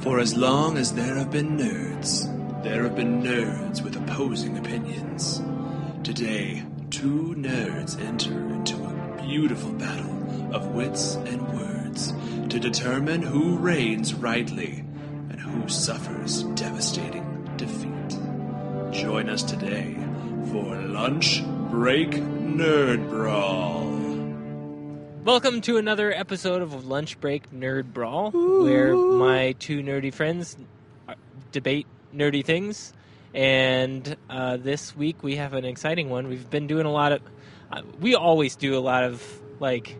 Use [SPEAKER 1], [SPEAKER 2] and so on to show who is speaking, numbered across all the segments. [SPEAKER 1] For as long as there have been nerds, there have been nerds with opposing opinions. Today, two nerds enter into a beautiful battle of wits and words to determine who reigns rightly and who suffers devastating defeat. Join us today for Lunch Break Nerd Brawl.
[SPEAKER 2] Welcome to another episode of Lunch Break Nerd Brawl, where my two nerdy friends uh, debate nerdy things. And uh, this week we have an exciting one. We've been doing a lot of. Uh, we always do a lot of, like,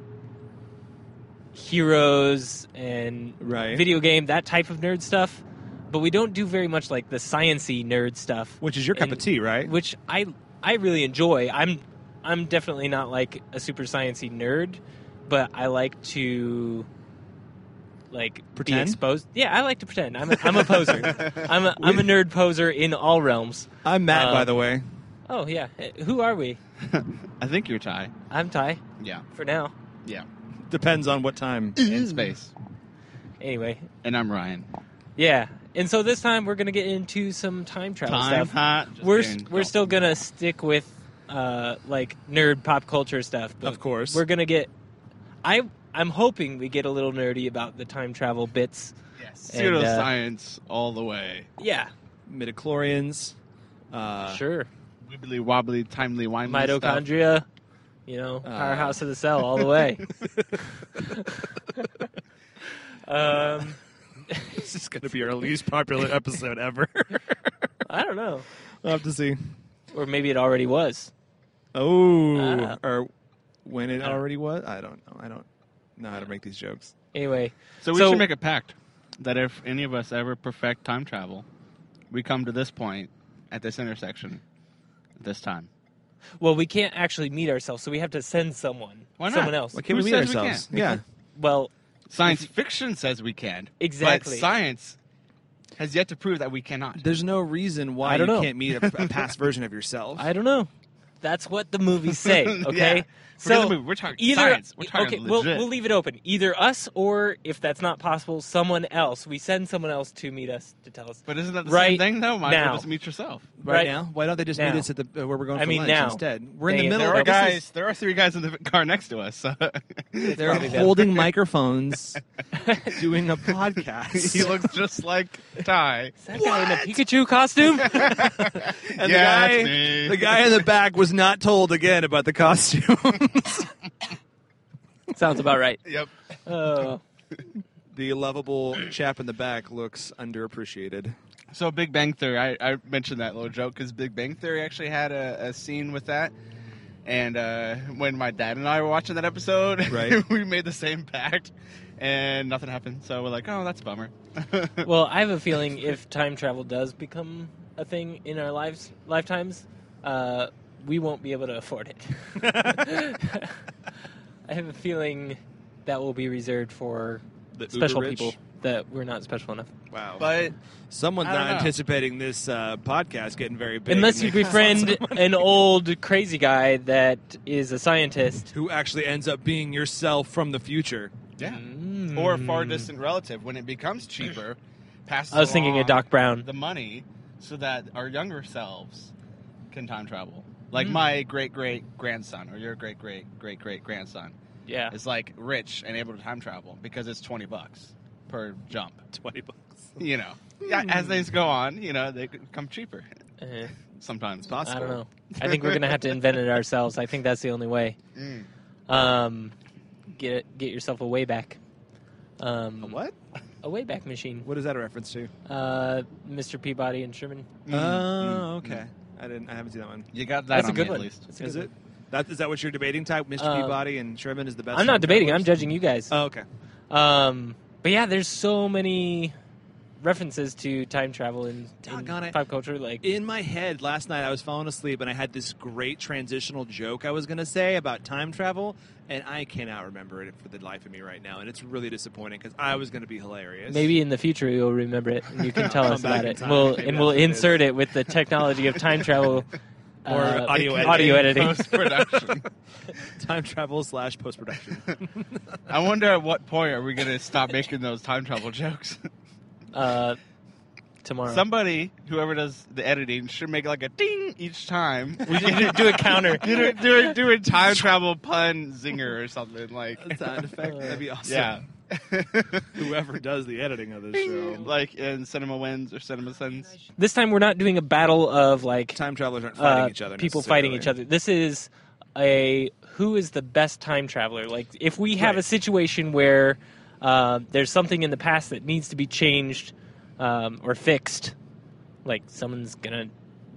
[SPEAKER 2] heroes and
[SPEAKER 3] Right.
[SPEAKER 2] video game, that type of nerd stuff. But we don't do very much, like, the sciency nerd stuff.
[SPEAKER 3] Which is your cup
[SPEAKER 2] And-
[SPEAKER 3] of tea, right?
[SPEAKER 2] which I I really enjoy. I'm I'm definitely not like a super sciency nerd, but I like to like be
[SPEAKER 3] Pretend?
[SPEAKER 2] exposed. Yeah, I like to pretend. I'm a, I'm a poser. I'm a, I'm a nerd poser in all realms.
[SPEAKER 3] I'm Matt,
[SPEAKER 2] Uh,
[SPEAKER 3] by the way.
[SPEAKER 2] Oh yeah, Eh, who are we?
[SPEAKER 4] I think you're Ty.
[SPEAKER 2] I'm Ty
[SPEAKER 4] Yeah,
[SPEAKER 2] for now.
[SPEAKER 4] yeah.
[SPEAKER 3] Depends on what time.
[SPEAKER 4] In space.
[SPEAKER 2] Anyway,
[SPEAKER 4] And I'm Ryan.
[SPEAKER 2] yeah. And so this time we're gonna get into some time travel
[SPEAKER 4] Time
[SPEAKER 2] stuff.
[SPEAKER 4] hot. Just
[SPEAKER 2] we're
[SPEAKER 4] kidding.
[SPEAKER 2] we're
[SPEAKER 4] No.
[SPEAKER 2] still gonna stick with uh, like nerd pop culture stuff. But
[SPEAKER 3] Of course.
[SPEAKER 2] we're gonna get. I I'm hoping we get a little nerdy about the time travel bits.
[SPEAKER 4] yes.
[SPEAKER 2] and, uh,
[SPEAKER 4] pseudoscience all the way.
[SPEAKER 2] Yeah,
[SPEAKER 3] Midichlorians. Uh,
[SPEAKER 2] sure.
[SPEAKER 4] Wibbly wobbly, timely wimely stuff.
[SPEAKER 2] Mitochondria, you know,
[SPEAKER 3] Uh,
[SPEAKER 2] powerhouse of the cell all the way. um,
[SPEAKER 3] This is going to be our least popular episode ever.
[SPEAKER 2] I don't know,
[SPEAKER 3] we'll have to see.
[SPEAKER 2] or maybe it already was.
[SPEAKER 3] Oh,
[SPEAKER 2] Ah.
[SPEAKER 3] or when it
[SPEAKER 2] Ah.
[SPEAKER 3] already was. I don't know. I don't know how to make these jokes.
[SPEAKER 2] Anyway,
[SPEAKER 4] So we
[SPEAKER 2] So-
[SPEAKER 4] should make a pact that if any of us ever perfect time travel, we come to this point at this intersection this time.
[SPEAKER 2] well, we can't actually meet ourselves, so we have to send someone,
[SPEAKER 4] Why not?
[SPEAKER 2] someone else.
[SPEAKER 3] Why can't
[SPEAKER 4] Who
[SPEAKER 3] we meet
[SPEAKER 4] says we
[SPEAKER 3] ourselves?
[SPEAKER 4] can't?
[SPEAKER 3] Yeah.
[SPEAKER 2] Well,
[SPEAKER 4] Science fiction says we can.
[SPEAKER 2] Exactly.
[SPEAKER 4] But science has yet to prove that we cannot.
[SPEAKER 3] There's no reason why
[SPEAKER 2] I
[SPEAKER 3] you
[SPEAKER 2] don't know.
[SPEAKER 3] can't meet a, a past version of yourself.
[SPEAKER 2] I don't know. That's what the movies say. Okay,
[SPEAKER 4] Yeah.
[SPEAKER 2] so
[SPEAKER 4] Forget the movie. We're talking
[SPEAKER 2] either
[SPEAKER 4] science. We're talking
[SPEAKER 2] okay, we'll,
[SPEAKER 4] legit.
[SPEAKER 2] we'll leave it open. Either us, or if that's not possible, someone else. We send someone else to meet us to tell us.
[SPEAKER 4] But isn't that the
[SPEAKER 2] Right
[SPEAKER 4] same thing though? Might as
[SPEAKER 2] now.
[SPEAKER 4] well just meet yourself.
[SPEAKER 3] right,
[SPEAKER 2] Right.
[SPEAKER 3] now, why don't they just
[SPEAKER 2] Now.
[SPEAKER 3] meet us at the uh, where we're going
[SPEAKER 2] I
[SPEAKER 3] for
[SPEAKER 2] mean,
[SPEAKER 3] lunch
[SPEAKER 2] now.
[SPEAKER 3] instead? We're in
[SPEAKER 2] They-
[SPEAKER 3] the middle.
[SPEAKER 2] there
[SPEAKER 4] There
[SPEAKER 2] are
[SPEAKER 4] are
[SPEAKER 2] Well, this
[SPEAKER 4] guys. there are three guys in the car next to us. So.
[SPEAKER 3] They're
[SPEAKER 2] probably them.
[SPEAKER 3] holding microphones, doing a podcast.
[SPEAKER 4] he looks just like Ty.
[SPEAKER 2] Is that guy in a Pikachu costume?
[SPEAKER 3] And
[SPEAKER 4] Yeah,
[SPEAKER 3] the guy,
[SPEAKER 4] that's me.
[SPEAKER 3] the guy in the back was not told again about the costume.
[SPEAKER 2] Sounds about right.
[SPEAKER 4] Yep.
[SPEAKER 2] Oh,
[SPEAKER 3] the lovable chap in the back looks underappreciated.
[SPEAKER 4] So Big Bang Theory. I, I mentioned that little joke because Big Bang Theory actually had a, a scene with that. And uh, when my dad and I were watching that episode,
[SPEAKER 3] Right.
[SPEAKER 4] we made the same pact, and nothing happened. So we're like, "Oh, that's a bummer."
[SPEAKER 2] well, I have a feeling if time travel does become a thing in our lives, lifetimes, uh, we won't be able to afford it. I have a feeling that will be reserved for
[SPEAKER 3] The
[SPEAKER 2] special
[SPEAKER 3] uber-rich?
[SPEAKER 2] people that we're not special enough.
[SPEAKER 3] Wow.
[SPEAKER 4] but
[SPEAKER 3] someone's
[SPEAKER 4] I don't
[SPEAKER 3] not
[SPEAKER 4] know.
[SPEAKER 3] anticipating this uh, podcast getting very big.
[SPEAKER 2] Unless
[SPEAKER 3] and
[SPEAKER 2] you
[SPEAKER 3] making lots of
[SPEAKER 2] befriend
[SPEAKER 3] money.
[SPEAKER 2] an old crazy guy that is a scientist.
[SPEAKER 3] Who actually ends up being yourself from the future?
[SPEAKER 4] yeah, or a
[SPEAKER 2] Hmm.
[SPEAKER 4] far distant relative when it becomes cheaper. Pass.
[SPEAKER 2] I was thinking of Doc Brown.
[SPEAKER 4] the money so that our younger selves can time travel. Like
[SPEAKER 2] Hmm.
[SPEAKER 4] my great great grandson or your great great great great grandson
[SPEAKER 2] Yeah.
[SPEAKER 4] is like rich and able to time travel because it's 20 bucks per jump,
[SPEAKER 3] Twenty bucks.
[SPEAKER 4] you know. Yeah,
[SPEAKER 2] Hmm.
[SPEAKER 4] as things go on, you know, they come cheaper
[SPEAKER 2] Uh,
[SPEAKER 4] sometimes.
[SPEAKER 2] I don't know. I think we're gonna have to invent it ourselves. I think that's the only way.
[SPEAKER 4] Mm.
[SPEAKER 2] Um, get get yourself a way back. Um,
[SPEAKER 3] What?
[SPEAKER 2] A way back machine.
[SPEAKER 3] What is that a reference to?
[SPEAKER 2] Uh, Mr. Peabody and Sherman.
[SPEAKER 4] Mm,
[SPEAKER 3] oh,
[SPEAKER 4] mm,
[SPEAKER 3] okay.
[SPEAKER 4] mm.
[SPEAKER 3] I didn't. I haven't seen that one.
[SPEAKER 4] You got that
[SPEAKER 2] That's a
[SPEAKER 4] on
[SPEAKER 2] good
[SPEAKER 4] me
[SPEAKER 2] one.
[SPEAKER 4] at least.
[SPEAKER 2] That's a
[SPEAKER 3] Is
[SPEAKER 2] good
[SPEAKER 3] it? That is that what you're debating? Type Mr.
[SPEAKER 2] Uh,
[SPEAKER 3] Peabody and Sherman is the best.
[SPEAKER 2] one. I'm not
[SPEAKER 3] time
[SPEAKER 2] debating. I'm
[SPEAKER 3] travelers?
[SPEAKER 2] judging you guys.
[SPEAKER 3] Oh, okay.
[SPEAKER 4] Uh.
[SPEAKER 2] Um, but yeah, there's so many references to time travel in, in
[SPEAKER 3] Doggone it.
[SPEAKER 2] pop culture. Like,
[SPEAKER 3] in my head last night i was falling asleep and i had this great transitional joke i was going to say about time travel and i cannot remember it for the life of me right now and it's really disappointing because i was going to be hilarious
[SPEAKER 2] Maybe in the future you'll remember it and you can tell
[SPEAKER 3] Come
[SPEAKER 2] us
[SPEAKER 3] back
[SPEAKER 2] about
[SPEAKER 3] in
[SPEAKER 2] it.
[SPEAKER 3] time.
[SPEAKER 2] We'll
[SPEAKER 3] Maybe
[SPEAKER 2] and
[SPEAKER 3] that's
[SPEAKER 2] we'll
[SPEAKER 3] what it is.
[SPEAKER 2] insert it with the technology of time travel
[SPEAKER 3] Or
[SPEAKER 2] uh,
[SPEAKER 3] audio editing.
[SPEAKER 2] Audio editing.
[SPEAKER 4] Post production.
[SPEAKER 3] time travel slash post-production
[SPEAKER 4] I wonder at what point are we going to stop making those time travel jokes?
[SPEAKER 2] uh, tomorrow.
[SPEAKER 4] Somebody, whoever does the editing, should make like a ding each time.
[SPEAKER 2] we should do- do a counter.
[SPEAKER 4] do it, do it, do a time travel pun zinger or something like.
[SPEAKER 3] That sound effect. That'd be awesome.
[SPEAKER 4] Yeah.
[SPEAKER 3] Whoever does the editing of this
[SPEAKER 4] Ding,
[SPEAKER 3] show.
[SPEAKER 4] like in Cinema Wins or Cinema Sins.
[SPEAKER 2] This time we're not doing a battle of like
[SPEAKER 3] Time travelers aren't fighting
[SPEAKER 2] uh,
[SPEAKER 3] each other.
[SPEAKER 2] people fighting each
[SPEAKER 3] necessarily.
[SPEAKER 2] other. This is a who is the best time traveler. Like if we have a
[SPEAKER 3] Right.
[SPEAKER 2] situation where uh, there's something in the past that needs to be changed um, or fixed, like someone's gonna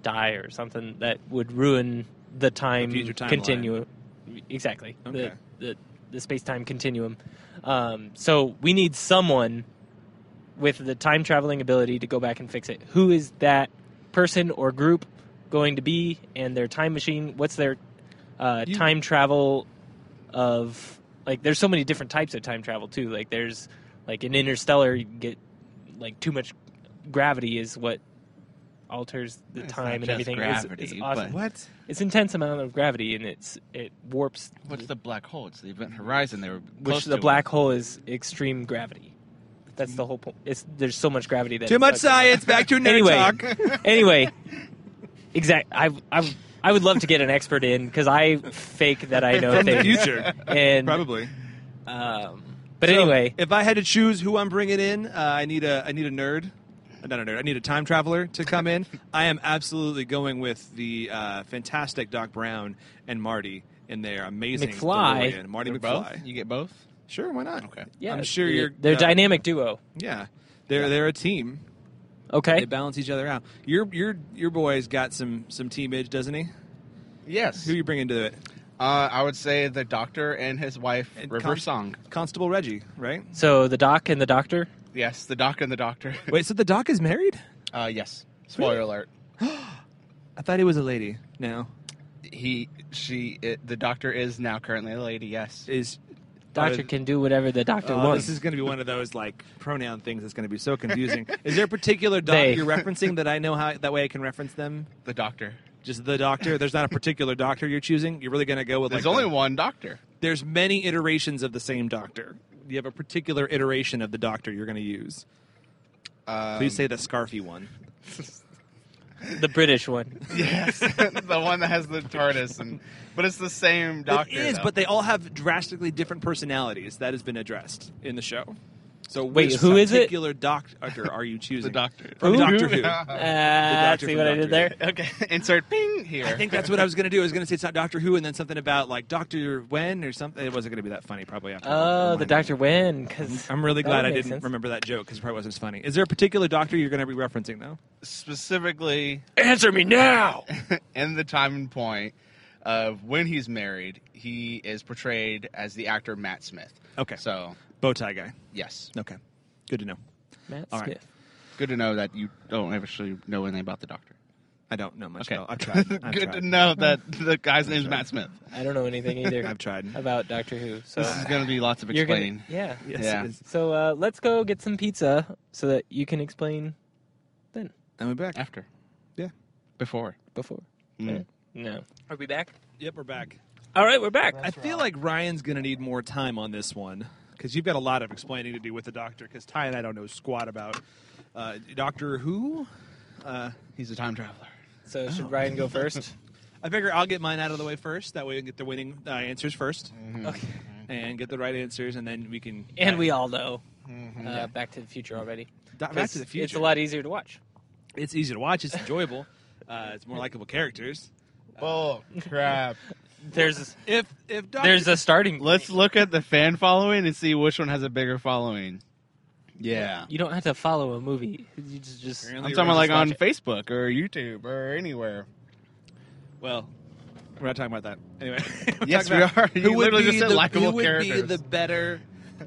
[SPEAKER 2] die or something that would ruin the time
[SPEAKER 3] future timeline.
[SPEAKER 2] continuum. Exactly.
[SPEAKER 3] Okay.
[SPEAKER 2] The, the the space time continuum. Um, so we need someone with the time traveling ability to go back and fix it. Who is that person or group going to be and their time machine? What's their uh,
[SPEAKER 3] You-
[SPEAKER 2] time travel of like? There's so many different types of time travel too. Like there's like in Interstellar, you get like too much gravity is what alters the
[SPEAKER 4] It's
[SPEAKER 2] time
[SPEAKER 4] not
[SPEAKER 2] and
[SPEAKER 4] just
[SPEAKER 2] everything.
[SPEAKER 4] gravity,
[SPEAKER 2] it's, it's awesome.
[SPEAKER 4] but-
[SPEAKER 3] What?
[SPEAKER 2] It's intense amount of gravity and it's it warps
[SPEAKER 4] What's the black hole? It's the event horizon. They were
[SPEAKER 2] which the black hole is extreme gravity. That's the whole point. It's there's so much gravity that
[SPEAKER 3] Too
[SPEAKER 2] it
[SPEAKER 3] much
[SPEAKER 2] sucks it up.
[SPEAKER 3] science. Back to nerd
[SPEAKER 2] Anyway.
[SPEAKER 3] talk.
[SPEAKER 2] anyway, exact. I, I I would love to get an expert in because I fake that I know
[SPEAKER 3] From the
[SPEAKER 2] things.
[SPEAKER 3] future.
[SPEAKER 2] and
[SPEAKER 3] Probably.
[SPEAKER 2] um, but
[SPEAKER 3] So,
[SPEAKER 2] anyway,
[SPEAKER 3] if I had to choose who I'm bringing in, uh, I need a I need a nerd, Uh, not a nerd. I need a time traveler to come in. I am absolutely going with the uh, fantastic Doc Brown and Marty in their amazing
[SPEAKER 2] McFly.
[SPEAKER 3] DeLorean. Marty
[SPEAKER 4] both.
[SPEAKER 3] McFly.
[SPEAKER 4] You get both.
[SPEAKER 3] Sure, why not?
[SPEAKER 4] Okay.
[SPEAKER 2] yeah,
[SPEAKER 3] I'm sure
[SPEAKER 2] they're-
[SPEAKER 3] you're
[SPEAKER 2] they're
[SPEAKER 3] uh,
[SPEAKER 2] dynamic duo.
[SPEAKER 3] Yeah, they're they're a team. They
[SPEAKER 2] Okay,
[SPEAKER 3] balance each other out. Your your your boy's got some some team edge, doesn't he?
[SPEAKER 4] Yes.
[SPEAKER 3] Who you bringing to it?
[SPEAKER 4] Uh, I would say the doctor and his wife,
[SPEAKER 3] And
[SPEAKER 4] River
[SPEAKER 3] Con-
[SPEAKER 4] Song.
[SPEAKER 3] Constable Reggie, right?
[SPEAKER 2] so the doc and the doctor.
[SPEAKER 4] Yes, the doc and the doctor.
[SPEAKER 3] Wait, so the Doc is married?
[SPEAKER 4] Uh, yes. Spoiler alert.
[SPEAKER 3] I thought he was a lady. No,
[SPEAKER 4] He, she, it, the doctor is now currently a lady. Yes.
[SPEAKER 3] is
[SPEAKER 2] Doctor
[SPEAKER 3] uh,
[SPEAKER 2] can do whatever the doctor
[SPEAKER 3] Oh,
[SPEAKER 2] wants.
[SPEAKER 3] this is going to be one of those like pronoun things that's going to be so confusing. is there a particular doc
[SPEAKER 2] They.
[SPEAKER 3] you're referencing that I know how that way I can reference them?
[SPEAKER 4] The doctor.
[SPEAKER 3] Just the doctor. There's not a particular doctor you're choosing. You're really going to go with
[SPEAKER 4] There's
[SPEAKER 3] like
[SPEAKER 4] only
[SPEAKER 3] the-
[SPEAKER 4] one doctor.
[SPEAKER 3] There's many iterations of the same doctor. You have a particular iteration of the doctor you're going to use.
[SPEAKER 4] Um,
[SPEAKER 3] Please say the scarfy one.
[SPEAKER 2] the British one.
[SPEAKER 4] yes, the one that has the TARDIS, and but it's the same doctor.
[SPEAKER 3] it is,
[SPEAKER 4] though.
[SPEAKER 3] but they all have drastically different personalities. That has been addressed in the show. So
[SPEAKER 2] Wait,
[SPEAKER 3] which
[SPEAKER 2] who is it?
[SPEAKER 3] particular doctor are you choosing?
[SPEAKER 4] the doctor.
[SPEAKER 3] From
[SPEAKER 2] Who?
[SPEAKER 3] Doctor Who.
[SPEAKER 2] Uh,
[SPEAKER 3] doctor
[SPEAKER 2] see
[SPEAKER 3] from
[SPEAKER 2] what I
[SPEAKER 3] Doctor
[SPEAKER 2] did there.
[SPEAKER 4] okay, insert ping here.
[SPEAKER 3] I think that's what I was going to do. I was going to say it's not Doctor Who, and then something about like Doctor When or something. It wasn't going to be that funny, probably. After
[SPEAKER 2] Oh, the
[SPEAKER 3] Remind
[SPEAKER 2] doctor win because
[SPEAKER 3] me. I'm really glad I didn't remember that joke because it probably wasn't as funny. Is there a particular doctor you're going to be referencing though?
[SPEAKER 4] Specifically,
[SPEAKER 2] Answer me now.
[SPEAKER 4] in the time and point of when he's married, he is portrayed as the actor Matt Smith.
[SPEAKER 3] Okay, so
[SPEAKER 4] So
[SPEAKER 3] bow tie guy.
[SPEAKER 4] yes,
[SPEAKER 3] Okay, good to know.
[SPEAKER 2] Matt
[SPEAKER 3] All
[SPEAKER 2] Smith.
[SPEAKER 3] right.
[SPEAKER 4] good to know that you don't actually know anything about the doctor.
[SPEAKER 3] I don't know much.
[SPEAKER 4] Okay.
[SPEAKER 3] though. I've tried. I've
[SPEAKER 4] good
[SPEAKER 3] tried.
[SPEAKER 4] to know that the guy's name's Matt Smith.
[SPEAKER 2] I don't know anything either.
[SPEAKER 3] I've tried.
[SPEAKER 2] about Doctor Who. So
[SPEAKER 4] This is going to
[SPEAKER 3] uh,
[SPEAKER 4] be lots of
[SPEAKER 2] you're gonna-
[SPEAKER 4] explaining.
[SPEAKER 2] yeah.
[SPEAKER 3] Yes,
[SPEAKER 4] Yeah.
[SPEAKER 3] it is.
[SPEAKER 2] So uh, let's go get some pizza so that you can explain then
[SPEAKER 3] and we're back.
[SPEAKER 4] After,
[SPEAKER 3] Yeah.
[SPEAKER 4] before.
[SPEAKER 2] before.
[SPEAKER 4] Mm.
[SPEAKER 2] No. Are we back?
[SPEAKER 3] Yep, we're back.
[SPEAKER 2] All right, we're back.
[SPEAKER 3] I feel like Ryan's going to need more time on this one because you've got a lot of explaining to do with the doctor. Because Ty and I don't know squat about uh, Doctor Who. Uh,
[SPEAKER 4] He's a time traveler.
[SPEAKER 2] So should Ryan go first?
[SPEAKER 3] I figure I'll get mine out of the way first. That way we can get the winning uh, answers 1st
[SPEAKER 4] Mm-hmm.
[SPEAKER 2] Okay.
[SPEAKER 3] and get the right answers, and then we can.
[SPEAKER 2] And we all know uh, Back to the Future already.
[SPEAKER 3] Da- Back
[SPEAKER 2] Because
[SPEAKER 3] to the Future.
[SPEAKER 2] It's a lot easier to watch.
[SPEAKER 3] It's easy to watch. It's enjoyable. uh, it's more likable characters.
[SPEAKER 4] Oh crap!
[SPEAKER 2] There's
[SPEAKER 3] If if Doctor,
[SPEAKER 2] there's a starting.
[SPEAKER 4] Let's look at the fan following and see which one has a bigger following. Yeah.
[SPEAKER 2] You don't have to follow a movie. You just just
[SPEAKER 3] Apparently.
[SPEAKER 4] I'm talking about like
[SPEAKER 2] Just watch
[SPEAKER 4] on
[SPEAKER 2] it.
[SPEAKER 4] Facebook or YouTube or anywhere.
[SPEAKER 3] well, we're not talking about that anyway. we're
[SPEAKER 4] Yes,
[SPEAKER 3] talking
[SPEAKER 4] we
[SPEAKER 3] about
[SPEAKER 4] are. You
[SPEAKER 3] who would
[SPEAKER 4] literally
[SPEAKER 3] be
[SPEAKER 4] just said
[SPEAKER 3] the,
[SPEAKER 4] likable
[SPEAKER 3] who would
[SPEAKER 4] characters.
[SPEAKER 3] be the better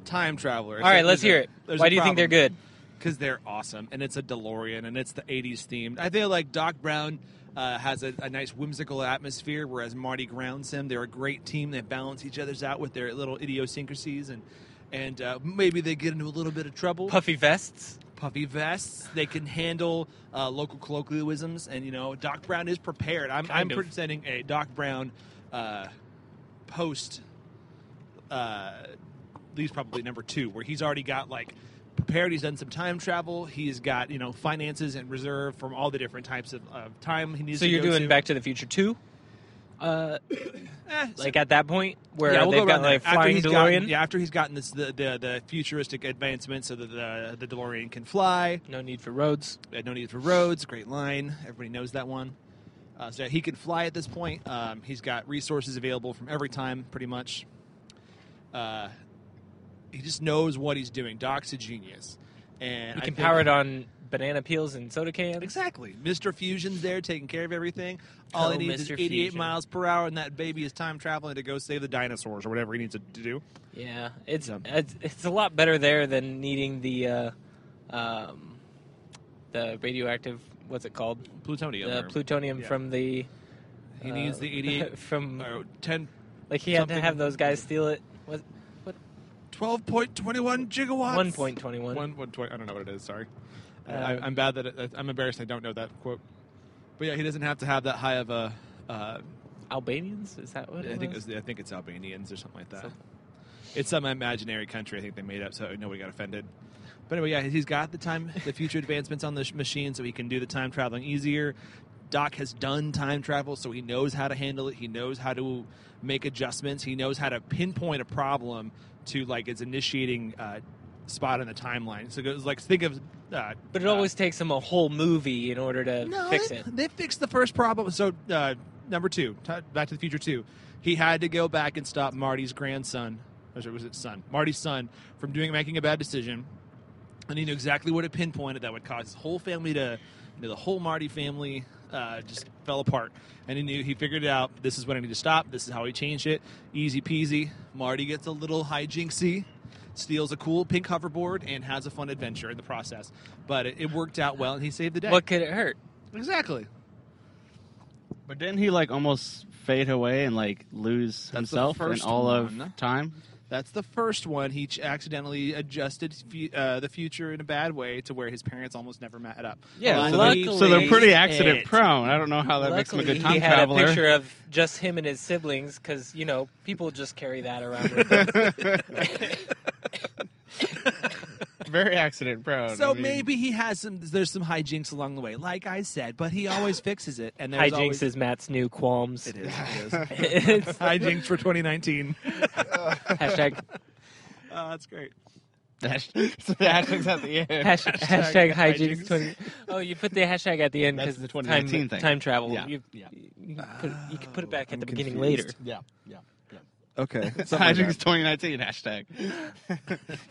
[SPEAKER 3] time traveler?
[SPEAKER 2] All right, let's hear it. Why do you think they're good?
[SPEAKER 3] Because they're awesome, and it's a DeLorean, and it's the '80s themed. I feel like Doc Brown uh, has a, a nice whimsical atmosphere, whereas Marty grounds him. They're a great team. They balance each other's out with their little idiosyncrasies, and and uh, maybe they get into a little bit of trouble.
[SPEAKER 2] Puffy vests.
[SPEAKER 3] Puffy vests. They can handle uh, local colloquialisms, and you know Doc Brown is prepared. I'm, I'm
[SPEAKER 2] Kind of.
[SPEAKER 3] presenting a Doc Brown uh, post. Uh, Lee's probably number two, where he's already got like prepared. He's done some time travel. He's got you know finances and reserve from all the different types of, of time he needs.
[SPEAKER 2] So
[SPEAKER 3] to
[SPEAKER 2] you're
[SPEAKER 3] go
[SPEAKER 2] doing
[SPEAKER 3] to.
[SPEAKER 2] Back to the Future two. Uh,
[SPEAKER 3] Eh, so-
[SPEAKER 2] like at that point where
[SPEAKER 3] yeah, we'll
[SPEAKER 2] they've
[SPEAKER 3] go
[SPEAKER 2] got
[SPEAKER 3] around
[SPEAKER 2] like
[SPEAKER 3] there.
[SPEAKER 2] flying
[SPEAKER 3] after he's
[SPEAKER 2] DeLorean.
[SPEAKER 3] Gotten, yeah, after he's gotten this, the, the the futuristic advancement, so that the the DeLorean can fly.
[SPEAKER 2] No need for roads.
[SPEAKER 3] Uh, No need for roads. Great line. Everybody knows that one. Uh, so he can fly at this point. Um, he's got resources available from every time, pretty much. Uh, he just knows what he's doing. Doc's a genius, and
[SPEAKER 2] You
[SPEAKER 3] I
[SPEAKER 2] can
[SPEAKER 3] think-
[SPEAKER 2] power it on banana peels and soda cans.
[SPEAKER 3] Exactly. Mr. Fusion's there taking care of everything. All
[SPEAKER 2] Oh,
[SPEAKER 3] he needs is
[SPEAKER 2] Mr.
[SPEAKER 3] 88
[SPEAKER 2] Fusion.
[SPEAKER 3] miles per hour, and that baby is time traveling to go save the dinosaurs or whatever he needs to do.
[SPEAKER 2] Yeah, it's
[SPEAKER 3] So-
[SPEAKER 2] it's, it's a lot better there than needing the uh, um, the radioactive. What's it called?
[SPEAKER 3] Plutonium.
[SPEAKER 2] The
[SPEAKER 3] or-
[SPEAKER 2] plutonium
[SPEAKER 3] yeah.
[SPEAKER 2] from the.
[SPEAKER 3] He
[SPEAKER 2] uh,
[SPEAKER 3] needs the 88
[SPEAKER 2] from
[SPEAKER 3] or 10,
[SPEAKER 2] like he had to
[SPEAKER 3] something-
[SPEAKER 2] have those guys steal it. What
[SPEAKER 3] 12.21 gigawatts.
[SPEAKER 2] one point twenty one?
[SPEAKER 3] One, one twenty. I don't know what it is. Sorry,
[SPEAKER 2] Uh,
[SPEAKER 3] I, I'm bad that it, I'm embarrassed. I don't know that quote. But yeah, he doesn't have to have that high of a. Uh,
[SPEAKER 2] Albanians? Is that what? It
[SPEAKER 3] I think it
[SPEAKER 2] was?
[SPEAKER 3] was, I think it's Albanians or something like that.
[SPEAKER 2] Something.
[SPEAKER 3] It's some imaginary country. I think they made up, so nobody got offended. But anyway, yeah, he's got the time, the future advancements on this machine, so he can do the time traveling easier. Doc has done time travel, so he knows how to handle it. He knows how to make adjustments. He knows how to pinpoint a problem to like its initiating uh, spot in the timeline. So it goes like think of, uh,
[SPEAKER 2] But it
[SPEAKER 3] uh,
[SPEAKER 2] always takes them a whole movie in order to
[SPEAKER 3] no,
[SPEAKER 2] fix
[SPEAKER 3] they,
[SPEAKER 2] it.
[SPEAKER 3] They fixed the first problem. So uh, number two, t- Back to the Future two, he had to go back and stop Marty's grandson. Or sorry, was it son? Marty's son from doing making a bad decision, and he knew exactly what it pinpointed that would cause his whole family to, you know, the whole Marty family. Uh, just fell apart, and he knew he figured it out. This is what I need to stop. This is how he changed it. Easy peasy. Marty gets a little hijinksy, steals a cool pink hoverboard, and has a fun adventure in the process. But it, it worked out well, and he saved the day.
[SPEAKER 2] What could it hurt?
[SPEAKER 3] Exactly.
[SPEAKER 4] But didn't he like almost fade away and like lose
[SPEAKER 3] the
[SPEAKER 4] himself in
[SPEAKER 3] first
[SPEAKER 4] all
[SPEAKER 3] one.
[SPEAKER 4] of time?
[SPEAKER 3] That's the first one. He ch- accidentally adjusted fu- uh, the future in a bad way to where his parents almost never met up. Oh,
[SPEAKER 2] Yeah,
[SPEAKER 3] Well,
[SPEAKER 4] so,
[SPEAKER 2] luckily,
[SPEAKER 4] they're, so they're pretty
[SPEAKER 2] it-
[SPEAKER 4] accident prone. I don't know how that makes him a
[SPEAKER 2] Luckily,
[SPEAKER 4] good time
[SPEAKER 2] he had a
[SPEAKER 4] traveler.
[SPEAKER 2] picture of just him and his siblings because you know people just carry that around. With them.
[SPEAKER 4] Very accident prone.
[SPEAKER 3] So
[SPEAKER 4] I mean,
[SPEAKER 3] maybe he has some. There's some hijinks along the way, like I said. But he always fixes it. And there's
[SPEAKER 2] Hijinks
[SPEAKER 3] always,
[SPEAKER 2] is Matt's new qualms.
[SPEAKER 3] It is. It is.
[SPEAKER 2] It's-
[SPEAKER 3] hijinks for 2019.
[SPEAKER 2] hashtag
[SPEAKER 3] Oh, that's great.
[SPEAKER 4] that's- that's at the end.
[SPEAKER 2] hashtag, hashtag
[SPEAKER 3] hijinks.
[SPEAKER 2] hijinks twenty. Oh, you put the hashtag at the end
[SPEAKER 4] That's
[SPEAKER 2] because
[SPEAKER 4] the
[SPEAKER 2] time,
[SPEAKER 4] 2019 thing.
[SPEAKER 2] time travel.
[SPEAKER 4] Yeah,
[SPEAKER 2] You,
[SPEAKER 4] yeah.
[SPEAKER 2] you can put it, you can put it back at
[SPEAKER 3] I'm
[SPEAKER 2] the beginning
[SPEAKER 3] confused.
[SPEAKER 2] later.
[SPEAKER 4] Yeah, yeah. yeah.
[SPEAKER 3] Okay.
[SPEAKER 4] Hijinks 2019 hashtag.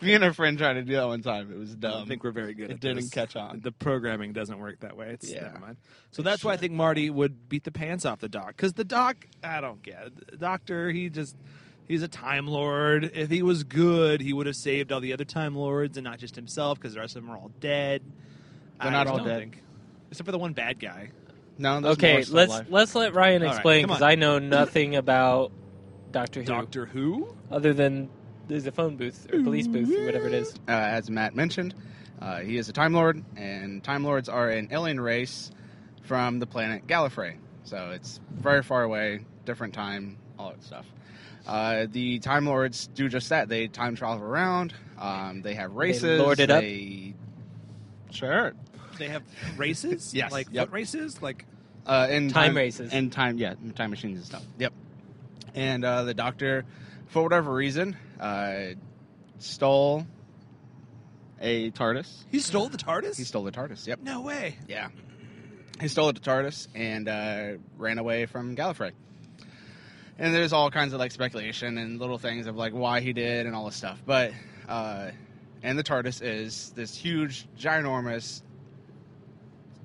[SPEAKER 4] Me and a friend tried to do that one time. It was
[SPEAKER 3] I
[SPEAKER 4] dumb.
[SPEAKER 3] don't think we're very good.
[SPEAKER 4] um, It
[SPEAKER 3] at
[SPEAKER 4] didn't
[SPEAKER 3] this.
[SPEAKER 4] catch on.
[SPEAKER 3] The programming doesn't work that way. It's
[SPEAKER 4] Yeah.
[SPEAKER 3] never mind. So that's why I think Marty would beat the pants off the doc because the doc, I don't get it. The doctor. He just he's a time lord. If he was good, he would have saved all the other time lords and not just himself because the rest of them are all dead.
[SPEAKER 4] They're
[SPEAKER 3] I
[SPEAKER 4] not
[SPEAKER 3] just
[SPEAKER 4] all
[SPEAKER 3] don't
[SPEAKER 4] dead.
[SPEAKER 3] think- except for the one bad guy.
[SPEAKER 4] no, there's more
[SPEAKER 2] Okay,
[SPEAKER 4] still
[SPEAKER 2] let's
[SPEAKER 4] left.
[SPEAKER 2] let's let Ryan
[SPEAKER 3] All right,
[SPEAKER 2] explain
[SPEAKER 3] come
[SPEAKER 2] because
[SPEAKER 3] on.
[SPEAKER 2] I know nothing about Doctor Who
[SPEAKER 3] Doctor Who.
[SPEAKER 2] other than there's a phone booth or police booth or whatever it is.
[SPEAKER 4] uh, as Matt mentioned, uh, he is a Time Lord, and Time Lords are an alien race from the planet Gallifrey. So it's very far away, different time, all that stuff. Uh, the Time Lords do just that. They time travel around. Um, they have races.
[SPEAKER 2] lord it up?
[SPEAKER 4] they- Sure.
[SPEAKER 3] They have races.
[SPEAKER 4] Yes,
[SPEAKER 3] Like
[SPEAKER 4] yep.
[SPEAKER 3] foot races. Like
[SPEAKER 4] Uh, and
[SPEAKER 2] Time races.
[SPEAKER 4] And time, yeah, and time machines and stuff. Yep. And uh, the Doctor, for whatever reason, uh, stole a TARDIS.
[SPEAKER 3] he stole the TARDIS.
[SPEAKER 4] He stole the TARDIS, yep.
[SPEAKER 3] no way.
[SPEAKER 4] Yeah. He stole it to TARDIS and uh, ran away from Gallifrey. And there's all kinds of like speculation and little things of like why he did and all this stuff. But uh, and the TARDIS is this huge, ginormous,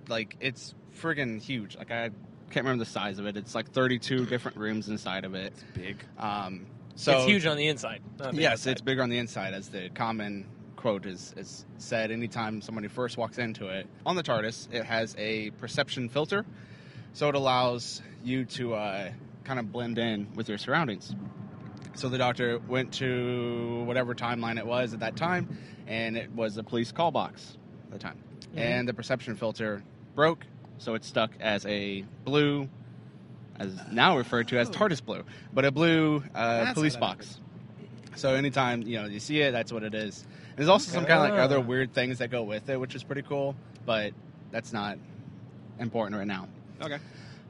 [SPEAKER 4] like it's friggin' huge. Like I can't remember the size of it. It's like 32 different rooms inside of it.
[SPEAKER 3] Big.
[SPEAKER 4] Um, so
[SPEAKER 2] it's huge on the inside. not the
[SPEAKER 4] Yes,
[SPEAKER 2] outside.
[SPEAKER 4] it's bigger on the inside, as the common quote is, is said. Anytime somebody first walks into it, on the TARDIS, it has a perception filter, so it allows you to uh, kind of blend in with your surroundings. So the doctor went to whatever timeline it was at that time, and it was a police call box at the time,
[SPEAKER 2] Mhm.
[SPEAKER 4] and the perception filter broke, so it's stuck as a blue. As now referred to as TARDIS blue, but a blue uh,
[SPEAKER 3] That's
[SPEAKER 4] police
[SPEAKER 3] what I
[SPEAKER 4] box. So anytime you know you see it, that's what it is. There's also some kind of like
[SPEAKER 2] Ah.
[SPEAKER 4] other weird things that go with it, which is pretty cool, but that's not important right now.
[SPEAKER 3] Okay.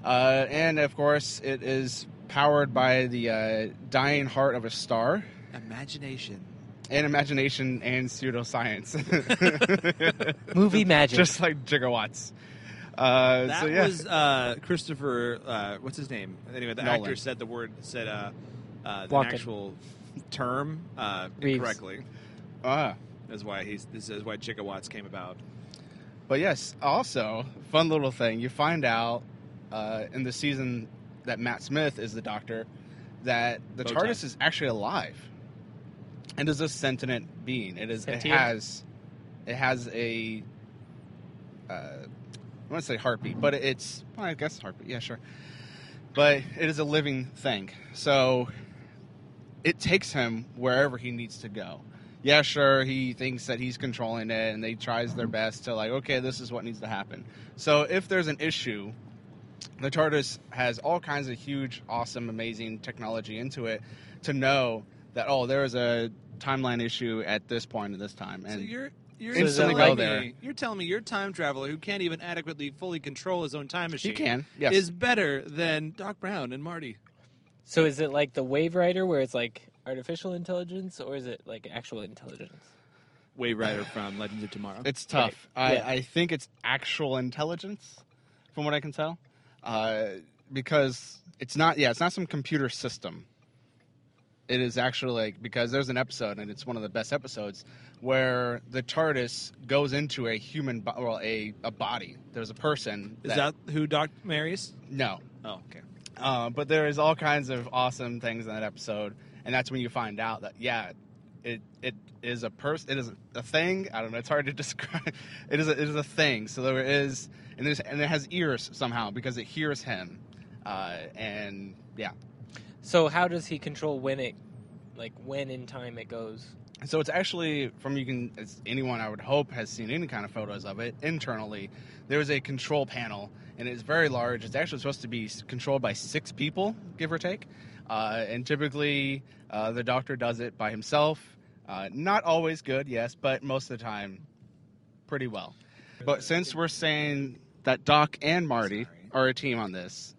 [SPEAKER 4] Uh, and of course, it is powered by the uh, dying heart of a star
[SPEAKER 3] Imagination.
[SPEAKER 4] and imagination and pseudoscience,
[SPEAKER 2] Movie magic.
[SPEAKER 4] just like gigawatts. Uh,
[SPEAKER 3] That
[SPEAKER 4] so yeah,
[SPEAKER 3] was uh, Christopher. Uh, what's his name? Anyway, the
[SPEAKER 4] Nolan.
[SPEAKER 3] actor said the word said uh, uh, the
[SPEAKER 2] Walken.
[SPEAKER 3] actual term uh,
[SPEAKER 2] Reeves.
[SPEAKER 3] incorrectly.
[SPEAKER 4] Ah.
[SPEAKER 3] That's why he's. This is why gigawatts came about.
[SPEAKER 4] But yes, also fun little thing. You find out uh, in the season that Matt Smith is the Doctor that the
[SPEAKER 3] Bowtie.
[SPEAKER 4] TARDIS is actually alive and is a sentient being. It is. It
[SPEAKER 2] Sentient?
[SPEAKER 4] has. It has a. Uh, I want to say heartbeat, but it's. Well, I guess heartbeat. Yeah, sure. But it is a living thing, so it takes him wherever he needs to go yeah, sure, he thinks that he's controlling it, and they tries their best to like, okay, this is what needs to happen. So if there's an issue, the TARDIS has all kinds of huge, awesome, amazing technology into it to know that oh, there is a timeline issue at this point at this time,
[SPEAKER 3] so
[SPEAKER 4] and
[SPEAKER 3] you're you're
[SPEAKER 4] So is that
[SPEAKER 3] telling
[SPEAKER 4] like-
[SPEAKER 3] me-
[SPEAKER 4] there.
[SPEAKER 3] You're telling me your time traveler who can't even adequately fully control his own time machine
[SPEAKER 4] you can yes.
[SPEAKER 3] is better than Doc Brown and Marty.
[SPEAKER 2] so is it like the Wave Rider, where it's like artificial intelligence, or is it like actual intelligence?
[SPEAKER 3] Wave Rider from Legends of Tomorrow.
[SPEAKER 4] It's tough.
[SPEAKER 2] Right.
[SPEAKER 4] I,
[SPEAKER 2] Yeah.
[SPEAKER 4] I think it's actual intelligence, from what I can tell, uh, because it's not. Yeah, it's not some computer system. It is actually like because there's an episode, and it's one of the best episodes, where the TARDIS goes into a human, bo- well, a a body. There's a person.
[SPEAKER 3] Is that who Doc marries?
[SPEAKER 4] no?
[SPEAKER 3] Oh, okay.
[SPEAKER 4] Uh, but there is all kinds of awesome things in that episode, and that's when you find out that yeah, it it is a person, it is a thing. I don't know, it's hard to describe. It is a, it is a thing. So there is and there's and it has ears somehow because it hears him, uh, and yeah.
[SPEAKER 2] So how does he control when it, like when in time it goes?
[SPEAKER 4] So it's actually from you can as anyone I would hope has seen any kind of photos of it internally. There is a control panel and it's very large. It's actually supposed to be s- controlled by six people, give or take. Uh, and typically, uh, the doctor does it by himself. Uh, not always good, yes, but most of the time, pretty well. But since we're saying that Doc and Marty
[SPEAKER 3] Sorry.
[SPEAKER 4] are a team on this,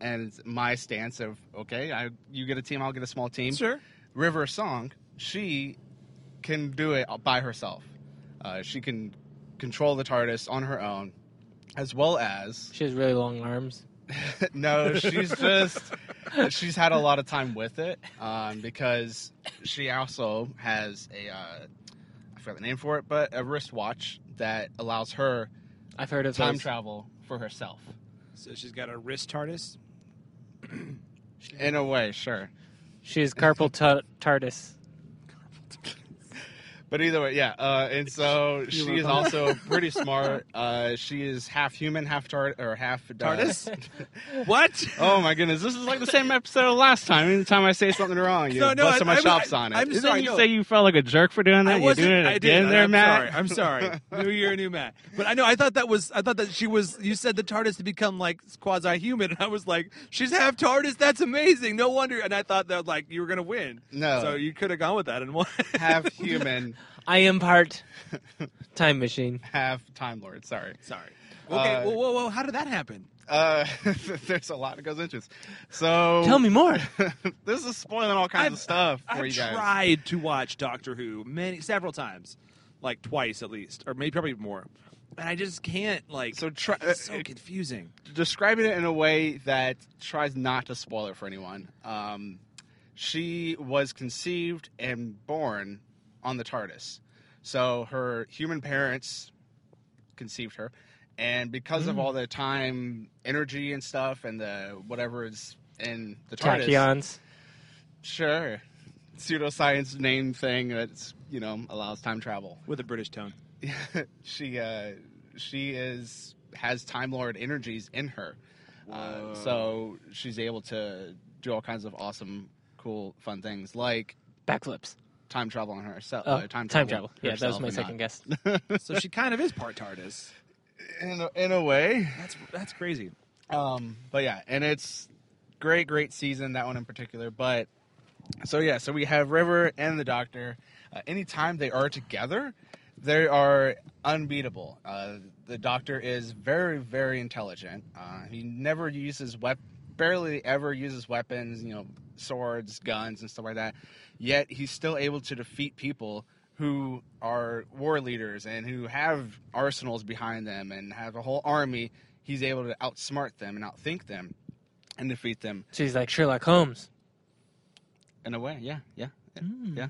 [SPEAKER 4] and it's my stance of okay, I, you get a team, I'll get a small team.
[SPEAKER 3] Sure.
[SPEAKER 4] River Song, she can do it by herself. Uh, she can control the TARDIS on her own, as well as
[SPEAKER 2] She has really long arms.
[SPEAKER 4] no, she's just she's had a lot of time with it um, because she also has a uh, I forgot the name for it, but a wristwatch that allows her
[SPEAKER 2] I've heard of
[SPEAKER 4] time
[SPEAKER 2] those.
[SPEAKER 4] travel for herself.
[SPEAKER 3] So she's got a wrist TARDIS.
[SPEAKER 4] In a way, sure.
[SPEAKER 2] She has carpal ta- tardis.
[SPEAKER 4] But either way, yeah. Uh, and so she
[SPEAKER 2] were
[SPEAKER 4] is
[SPEAKER 2] wrong.
[SPEAKER 4] also pretty smart. Uh, she is half human, half tart or half uh,
[SPEAKER 3] TARDIS? What?
[SPEAKER 4] Oh my goodness! This is like the same episode of last time. Anytime I say something wrong, you
[SPEAKER 3] No, no,
[SPEAKER 4] busted
[SPEAKER 3] I-
[SPEAKER 4] my
[SPEAKER 3] I-
[SPEAKER 4] chops
[SPEAKER 3] I-
[SPEAKER 4] on it.
[SPEAKER 3] I'm
[SPEAKER 4] Didn't
[SPEAKER 3] sorry,
[SPEAKER 4] you
[SPEAKER 3] no.
[SPEAKER 4] say you felt like a jerk for doing that?
[SPEAKER 3] I
[SPEAKER 4] You're
[SPEAKER 3] wasn't.
[SPEAKER 4] doing it
[SPEAKER 3] I did.
[SPEAKER 4] again, there,
[SPEAKER 3] I'm
[SPEAKER 4] Matt.
[SPEAKER 3] sorry. I'm sorry. New year, new Matt. But I know. I thought that was. I thought that she was. You said the TARDIS to become like quasi-human, and I was like, she's half TARDIS. That's amazing. No wonder. And I thought that like you were gonna win.
[SPEAKER 4] No.
[SPEAKER 3] So you could have gone with that and won.
[SPEAKER 4] half human,
[SPEAKER 2] I am part time machine.
[SPEAKER 4] half time lord. Sorry.
[SPEAKER 3] sorry. Okay.
[SPEAKER 4] Uh,
[SPEAKER 3] whoa, whoa, whoa. How did that happen?
[SPEAKER 4] Uh, there's a lot that goes into this. So
[SPEAKER 2] Tell me more.
[SPEAKER 4] this is spoiling all kinds
[SPEAKER 3] I've-
[SPEAKER 4] of stuff for
[SPEAKER 3] I
[SPEAKER 4] you guys.
[SPEAKER 3] tried to watch Doctor Who many several times, like twice at least, or maybe probably more. And I just can't like.
[SPEAKER 4] So uh, try-
[SPEAKER 3] it's so confusing.
[SPEAKER 4] describing it in a way that tries not to spoil it for anyone. Um, she was conceived and born on the TARDIS. So her human parents conceived her. And because of all the time, energy, and stuff, and the whatever is in the TARDIS,
[SPEAKER 2] Tachyons.
[SPEAKER 4] sure, pseudoscience name thing that's you know allows time travel.
[SPEAKER 3] With a British tone.
[SPEAKER 4] she uh, she is has Time Lord energies in her, uh,
[SPEAKER 3] Whoa.
[SPEAKER 4] so she's able to do all kinds of awesome, cool, fun things like
[SPEAKER 2] Backflips.
[SPEAKER 4] time travel on herself.
[SPEAKER 2] Oh,
[SPEAKER 4] uh,
[SPEAKER 2] time,
[SPEAKER 4] time,
[SPEAKER 2] travel. Yeah, that was
[SPEAKER 4] herself
[SPEAKER 2] my
[SPEAKER 4] and
[SPEAKER 2] second
[SPEAKER 4] not-
[SPEAKER 2] guess.
[SPEAKER 3] So she kind of is part TARDIS.
[SPEAKER 4] In a, in a way,
[SPEAKER 3] That's that's crazy.
[SPEAKER 4] um, but yeah, and it's great, great season that one in particular. But so yeah, so we have River and the Doctor. uh, anytime they are together, they are unbeatable. Uh, the Doctor is very, very intelligent. Uh, he never uses wep- barely ever uses weapons, you know, swords, guns, and stuff like that. Yet he's still able to defeat people who are war leaders and who have arsenals behind them and have a whole army. He's able to outsmart them and outthink them and defeat them
[SPEAKER 2] So he's like Sherlock Holmes.
[SPEAKER 4] in a way. Yeah, yeah. Yeah.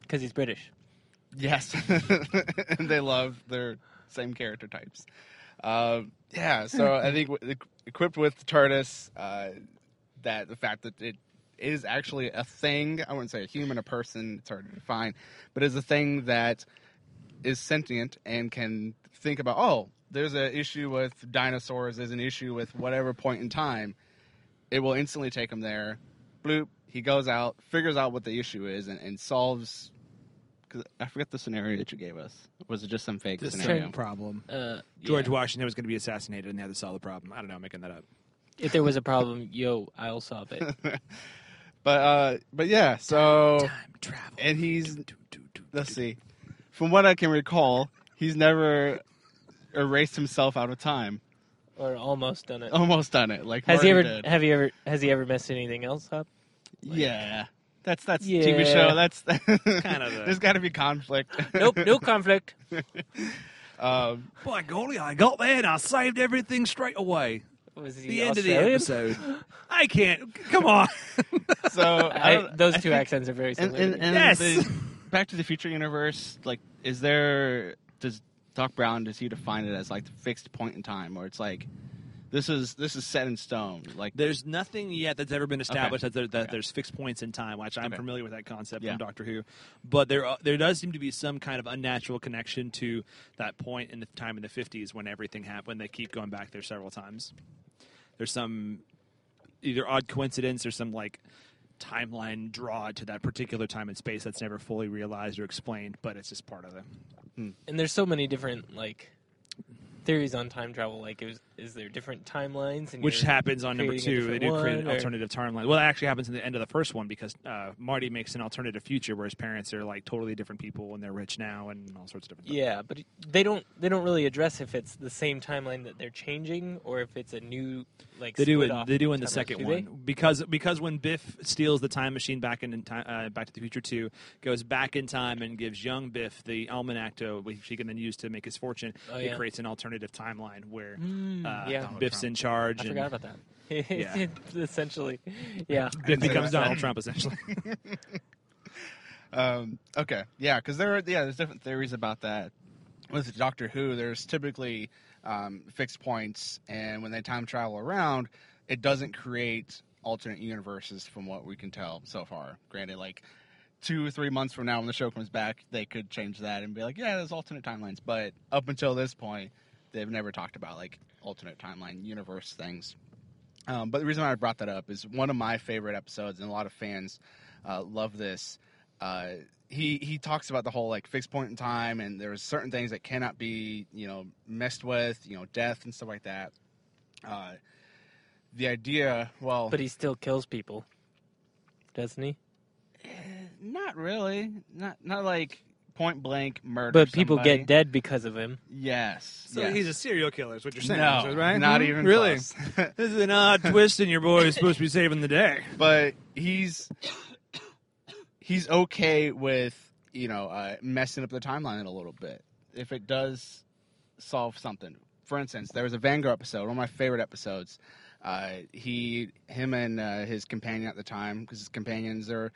[SPEAKER 2] Because he's British.
[SPEAKER 4] Yes, and they love their same character types. Uh, yeah, so I think w- equ- equipped with TARDIS, uh, that the fact that it is actually a thing. I wouldn't say a human, a person. It's hard to define, but is a thing that is sentient and can think about. Oh, there's an issue with dinosaurs. There's an issue with whatever point in time. It will instantly take him there. Bloop. He goes out, figures out what the issue is, and, and solves Cause I forget the scenario that you gave us. Was it just some fake
[SPEAKER 3] This
[SPEAKER 4] scenario?
[SPEAKER 3] same problem.
[SPEAKER 2] Uh,
[SPEAKER 3] George Washington was going to be assassinated, and they had to solve the problem. I don't know. I'm making that up.
[SPEAKER 2] if there was a problem, yo, I'll solve it.
[SPEAKER 4] But uh, but yeah. So
[SPEAKER 3] Time travel.
[SPEAKER 4] and he's
[SPEAKER 3] Do, do,
[SPEAKER 4] let's see. From what I can recall, he's never erased himself out of time.
[SPEAKER 2] or almost done it.
[SPEAKER 3] Oh,
[SPEAKER 4] Almost done it. Like
[SPEAKER 2] has he ever?
[SPEAKER 4] Marty did.
[SPEAKER 2] Have you ever? Has he ever messed anything else up?
[SPEAKER 4] yeah. That's that's a TV show.
[SPEAKER 2] Yeah.
[SPEAKER 4] That's kind
[SPEAKER 3] Kinda the-
[SPEAKER 4] There's got to be conflict.
[SPEAKER 2] Nope, no conflict.
[SPEAKER 4] Um,
[SPEAKER 3] By golly, I got there and I saved everything straight away.
[SPEAKER 2] Was he
[SPEAKER 3] The end
[SPEAKER 2] Australian?
[SPEAKER 3] of the episode. I can't. Come on.
[SPEAKER 4] so I
[SPEAKER 2] I,
[SPEAKER 4] don't-
[SPEAKER 3] Um,
[SPEAKER 2] those
[SPEAKER 4] I
[SPEAKER 2] two
[SPEAKER 4] think-
[SPEAKER 2] accents are very
[SPEAKER 4] And,
[SPEAKER 2] similar.
[SPEAKER 4] and,
[SPEAKER 2] to me.
[SPEAKER 4] and
[SPEAKER 3] Yes!
[SPEAKER 4] the Back to the Future universe, like, is there does Doc Brown does he define it as like the fixed point in time, where it's like this is this is set in stone, like
[SPEAKER 3] There's nothing yet that's ever been established that, there, that
[SPEAKER 4] Okay.
[SPEAKER 3] there's fixed points in time, which I'm
[SPEAKER 4] Okay.
[SPEAKER 3] familiar with that concept
[SPEAKER 4] Yeah.
[SPEAKER 3] from Doctor Who. But there are- there does seem to be some kind of unnatural connection to that point in the time in the 50s when everything happened. They keep going back there several times. There's some either odd coincidence or some like timeline draw to that particular time and space that's never fully realized or explained, but it's just part of the
[SPEAKER 2] and there's so many different like theories on time travel. Like, is, is there different timelines? And
[SPEAKER 3] Which
[SPEAKER 2] you're
[SPEAKER 3] happens on number
[SPEAKER 2] creating a
[SPEAKER 3] two. They do
[SPEAKER 2] different
[SPEAKER 3] create an
[SPEAKER 2] one, or-
[SPEAKER 3] alternative timeline. Well, that actually happens in the end of the first one because uh, Marty makes an alternative future where his parents are like totally different people and they're rich now and all sorts of different things.
[SPEAKER 2] Yeah, but they don't they don't really address if it's the same timeline that they're changing or if it's a new like
[SPEAKER 3] They do
[SPEAKER 2] split
[SPEAKER 3] it.
[SPEAKER 2] off
[SPEAKER 3] They do in the
[SPEAKER 2] timeline.
[SPEAKER 3] second
[SPEAKER 2] Do
[SPEAKER 3] one
[SPEAKER 2] they?
[SPEAKER 3] because because when Biff steals the time machine back in, in time, uh, Back to the Future two, goes back in time and gives young Biff the almanac to which he can then use to make his fortune.
[SPEAKER 2] Oh,
[SPEAKER 3] It
[SPEAKER 2] yeah. Mm,
[SPEAKER 3] creates an alternative timeline where uh,
[SPEAKER 2] yeah.
[SPEAKER 3] Biff's in charge
[SPEAKER 2] I
[SPEAKER 3] and
[SPEAKER 2] forgot about that. Essentially, yeah.
[SPEAKER 3] Biff
[SPEAKER 4] say
[SPEAKER 3] becomes
[SPEAKER 4] that.
[SPEAKER 3] Donald Trump essentially.
[SPEAKER 4] Um, okay, yeah, because there are yeah, there's different theories about that. With Doctor Who, there's typically um, fixed points, and when they time travel around, it doesn't create alternate universes from what we can tell so far. Granted, like two or three months from now, when the show comes back, they could change that and be like, yeah, there's alternate timelines. But up until this point, they've never talked about like alternate timeline universe things. Um, but the reason why I brought that up is one of my favorite episodes, and a lot of fans uh, love this. Uh, he he talks about the whole like fixed point in time, and there's certain things that cannot be you know messed with, you know, death and stuff like that. Uh, the idea, well,
[SPEAKER 2] But he still kills people, doesn't he?
[SPEAKER 4] not really, not not like point blank murder.
[SPEAKER 2] But people
[SPEAKER 4] somebody.
[SPEAKER 2] get dead because of him.
[SPEAKER 4] Yes,
[SPEAKER 3] So
[SPEAKER 4] yes.
[SPEAKER 3] he's a serial killer, is what you're saying,
[SPEAKER 4] no,
[SPEAKER 3] right?
[SPEAKER 4] not
[SPEAKER 3] Hmm?
[SPEAKER 4] even
[SPEAKER 3] really.
[SPEAKER 4] close.
[SPEAKER 3] This is an odd twist, and your boy is supposed to be saving the day.
[SPEAKER 4] but he's he's okay with you know uh, messing up the timeline a little bit if it does solve something. For instance, there was a Vanguard episode, one of my favorite episodes. Uh, he, him, and uh, his companion at the time, because his companions are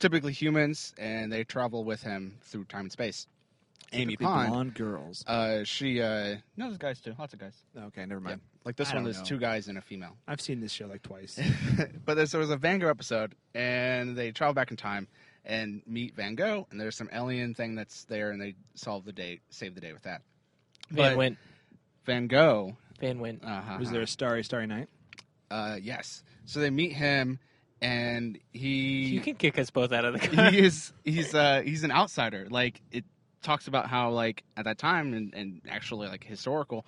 [SPEAKER 4] typically humans, and they travel with him through time and space. Amy Pond,
[SPEAKER 3] girls.
[SPEAKER 4] uh, she, uh, no, there's guys too, lots of guys.
[SPEAKER 3] Okay, never mind.
[SPEAKER 4] Like this
[SPEAKER 3] I
[SPEAKER 4] one,
[SPEAKER 3] don't
[SPEAKER 4] there's
[SPEAKER 3] know.
[SPEAKER 4] two guys and a female.
[SPEAKER 3] I've seen this show like twice.
[SPEAKER 4] Uh-huh. but there's, there was a Van Gogh episode, and they travel back in time and meet Van Gogh, and there's some alien thing that's there, and they solve the day, save the day with that.
[SPEAKER 2] Van
[SPEAKER 4] But-
[SPEAKER 2] went.
[SPEAKER 4] Van Gogh,
[SPEAKER 2] Van went.
[SPEAKER 4] uh
[SPEAKER 3] Was there a starry, starry night?
[SPEAKER 4] Uh, yes. So they meet him, and he
[SPEAKER 2] You can kick us both out of the car.
[SPEAKER 4] he is he's uh he's an outsider like it talks about how like at that time and, and actually like historical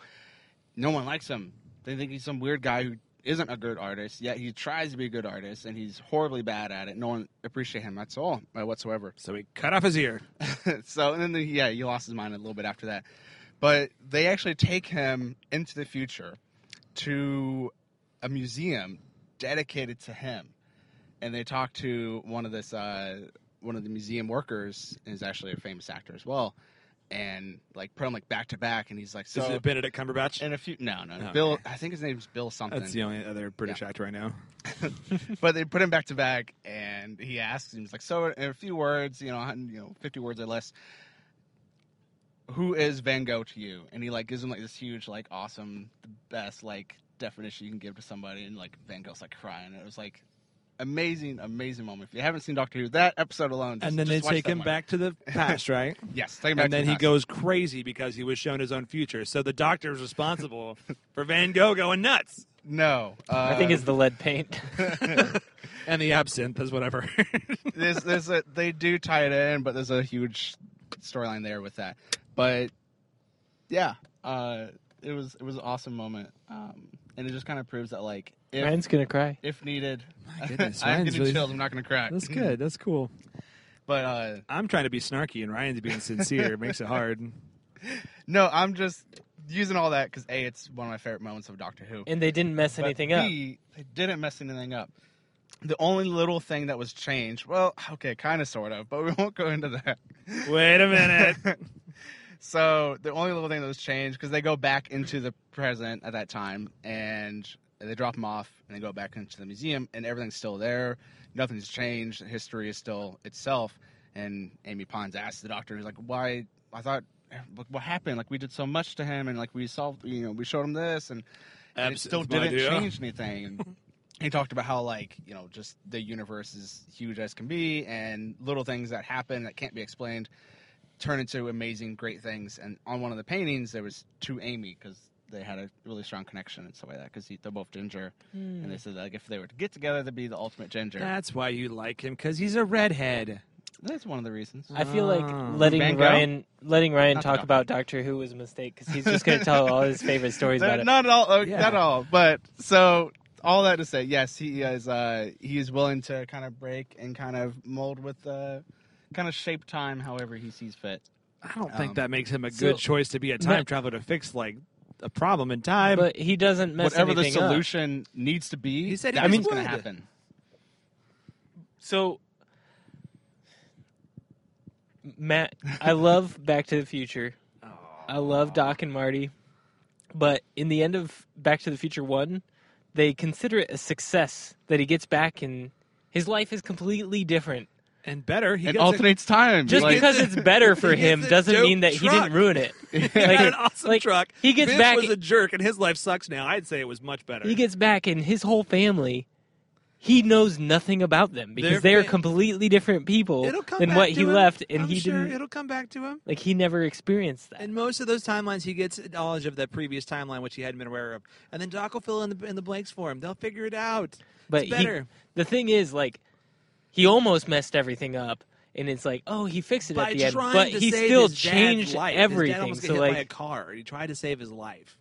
[SPEAKER 4] no one likes him they think he's some weird guy who isn't a good artist, yet he tries to be a good artist, and he's horribly bad at it. No one appreciate him at all uh, whatsoever.
[SPEAKER 3] So he cut off his ear.
[SPEAKER 4] so and then the, yeah, he lost his mind a little bit after that. But they actually take him into the future to a museum dedicated to him, and they talk to one of this uh, one of the museum workers is actually a famous actor as well, and like put him like back to back, and he's like,
[SPEAKER 3] Is
[SPEAKER 4] so
[SPEAKER 3] it Benedict Cumberbatch?
[SPEAKER 4] and a few no no
[SPEAKER 3] Okay.
[SPEAKER 4] Bill I think his name's Bill something,
[SPEAKER 3] That's the only other British actor I know.
[SPEAKER 4] but they put him back to back, and he asks him he's like so in a few words you know a hun- you know fifty words or less. Who is Van Gogh to you? And he like gives him like this huge like awesome the best like definition you can give to somebody, and like Van Gogh's like crying. It was like amazing amazing moment. If you haven't seen Doctor Who, that episode alone, just,
[SPEAKER 3] and then they
[SPEAKER 4] just watch
[SPEAKER 3] take
[SPEAKER 4] that
[SPEAKER 3] him
[SPEAKER 4] one.
[SPEAKER 3] back to the past, right?
[SPEAKER 4] Yes, take him back
[SPEAKER 3] and
[SPEAKER 4] to
[SPEAKER 3] then
[SPEAKER 4] the
[SPEAKER 3] he
[SPEAKER 4] past.
[SPEAKER 3] goes crazy because he was shown his own future. So the doctor is responsible for Van Gogh going nuts.
[SPEAKER 4] No, uh,
[SPEAKER 2] I think it's the lead paint.
[SPEAKER 3] And the absinthe is whatever.
[SPEAKER 4] there's there's a they do tie it in, but there's a huge storyline there with that. But yeah, uh, it was it was an awesome moment, um, and it just kind of proves that like if
[SPEAKER 2] Ryan's gonna cry.
[SPEAKER 4] if needed,
[SPEAKER 3] My goodness,
[SPEAKER 4] I'm
[SPEAKER 3] Ryan's
[SPEAKER 4] getting
[SPEAKER 3] really-
[SPEAKER 4] chills. I'm not gonna crack.
[SPEAKER 3] That's cool.
[SPEAKER 4] but uh,
[SPEAKER 3] I'm trying to be snarky, and Ryan's being sincere. It makes it hard.
[SPEAKER 4] no, I'm just using all that because a it's one of my favorite moments of Doctor Who.
[SPEAKER 2] And they didn't mess
[SPEAKER 4] But
[SPEAKER 2] anything up.
[SPEAKER 4] B, They didn't mess anything up. The only little thing that was changed, well, okay, kind of, sort of, but we won't go into that.
[SPEAKER 3] Wait a minute.
[SPEAKER 4] so the only little thing that was changed because they go back into the present at that time and they drop him off and they go back into the museum and everything's still there nothing's changed history is still itself and amy pons asks the doctor he's like why i thought like, what happened like we did so much to him and like we solved you know we showed him this and, and it
[SPEAKER 3] Absinthe,
[SPEAKER 4] still
[SPEAKER 3] my
[SPEAKER 4] didn't
[SPEAKER 3] dear.
[SPEAKER 4] change anything And he talked about how like you know just the universe is huge as can be and little things that happen that can't be explained turn into amazing, great things. And on one of the paintings, there was to Amy because they had a really strong connection and stuff like that because they're both ginger,
[SPEAKER 2] Hmm.
[SPEAKER 4] and they said like if they were to get together, they'd be the ultimate ginger.
[SPEAKER 3] That's why you like him because he's a redhead.
[SPEAKER 4] That's one of the reasons.
[SPEAKER 2] I feel
[SPEAKER 3] Ah.
[SPEAKER 2] like letting
[SPEAKER 4] oh. Van Gogh?
[SPEAKER 2] Ryan letting Ryan
[SPEAKER 4] Not the
[SPEAKER 2] talk
[SPEAKER 4] Doctor.
[SPEAKER 2] about Doctor Who was a mistake because he's just going to tell all his favorite stories
[SPEAKER 4] They're
[SPEAKER 2] about it.
[SPEAKER 4] not at all, uh,
[SPEAKER 3] Yeah.
[SPEAKER 4] not at all. But so all that to say, yes, he is. Uh, he is willing to kind of break and kind of mold with uh, kind of shape time however he sees fit.
[SPEAKER 3] I don't think
[SPEAKER 4] Um,
[SPEAKER 3] that makes him a
[SPEAKER 2] so-
[SPEAKER 3] good choice to be a time
[SPEAKER 2] But-
[SPEAKER 3] traveler to fix like a problem in time.
[SPEAKER 2] But he doesn't mess
[SPEAKER 4] Whatever the
[SPEAKER 2] anything up.
[SPEAKER 4] solution needs to be,
[SPEAKER 3] He said he
[SPEAKER 4] that's
[SPEAKER 3] was
[SPEAKER 4] what's going to
[SPEAKER 3] would.
[SPEAKER 4] happen.
[SPEAKER 2] So, Matt, I love Back to the Future. I love Doc and Marty, but in the end of Back to the Future One, they consider it a success that he gets back and his life is completely different.
[SPEAKER 3] and better, he
[SPEAKER 4] It
[SPEAKER 3] gets a-
[SPEAKER 4] alternates time.
[SPEAKER 2] Just
[SPEAKER 4] like-
[SPEAKER 2] because it's better for
[SPEAKER 3] He gets
[SPEAKER 2] him
[SPEAKER 3] a
[SPEAKER 2] doesn't
[SPEAKER 3] dope
[SPEAKER 2] mean that he
[SPEAKER 3] truck.
[SPEAKER 2] didn't ruin it.
[SPEAKER 3] He
[SPEAKER 2] Like-
[SPEAKER 3] got an awesome
[SPEAKER 2] like,
[SPEAKER 3] truck.
[SPEAKER 2] he gets
[SPEAKER 3] Vince
[SPEAKER 2] back-
[SPEAKER 3] was a jerk, and his life sucks now. I'd say it was much better.
[SPEAKER 2] He gets back and his whole family. He knows nothing about them because
[SPEAKER 3] They're
[SPEAKER 2] they are
[SPEAKER 3] fa-
[SPEAKER 2] completely different people
[SPEAKER 3] it'll come
[SPEAKER 2] than
[SPEAKER 3] back
[SPEAKER 2] what
[SPEAKER 3] to
[SPEAKER 2] he
[SPEAKER 3] him.
[SPEAKER 2] left, and
[SPEAKER 3] I'm
[SPEAKER 2] he
[SPEAKER 3] sure
[SPEAKER 2] didn't.
[SPEAKER 3] It'll come back to him.
[SPEAKER 2] Like he never experienced that.
[SPEAKER 3] And most of those timelines, he gets knowledge of that previous timeline, which he hadn't been aware of. And then Doc will fill in the in the blanks for him. They'll figure it out.
[SPEAKER 2] But
[SPEAKER 3] it's
[SPEAKER 2] he-
[SPEAKER 3] better
[SPEAKER 2] the thing is, like, he almost messed everything up, and it's like, oh, he fixed it
[SPEAKER 3] by
[SPEAKER 2] at the end,
[SPEAKER 3] trying
[SPEAKER 2] but
[SPEAKER 3] to
[SPEAKER 2] he
[SPEAKER 3] save
[SPEAKER 2] still
[SPEAKER 3] his dad's
[SPEAKER 2] changed
[SPEAKER 3] life. His dad
[SPEAKER 2] everything.
[SPEAKER 3] almost got
[SPEAKER 2] So
[SPEAKER 3] hit by a
[SPEAKER 2] like,
[SPEAKER 3] car. He tried to save his life.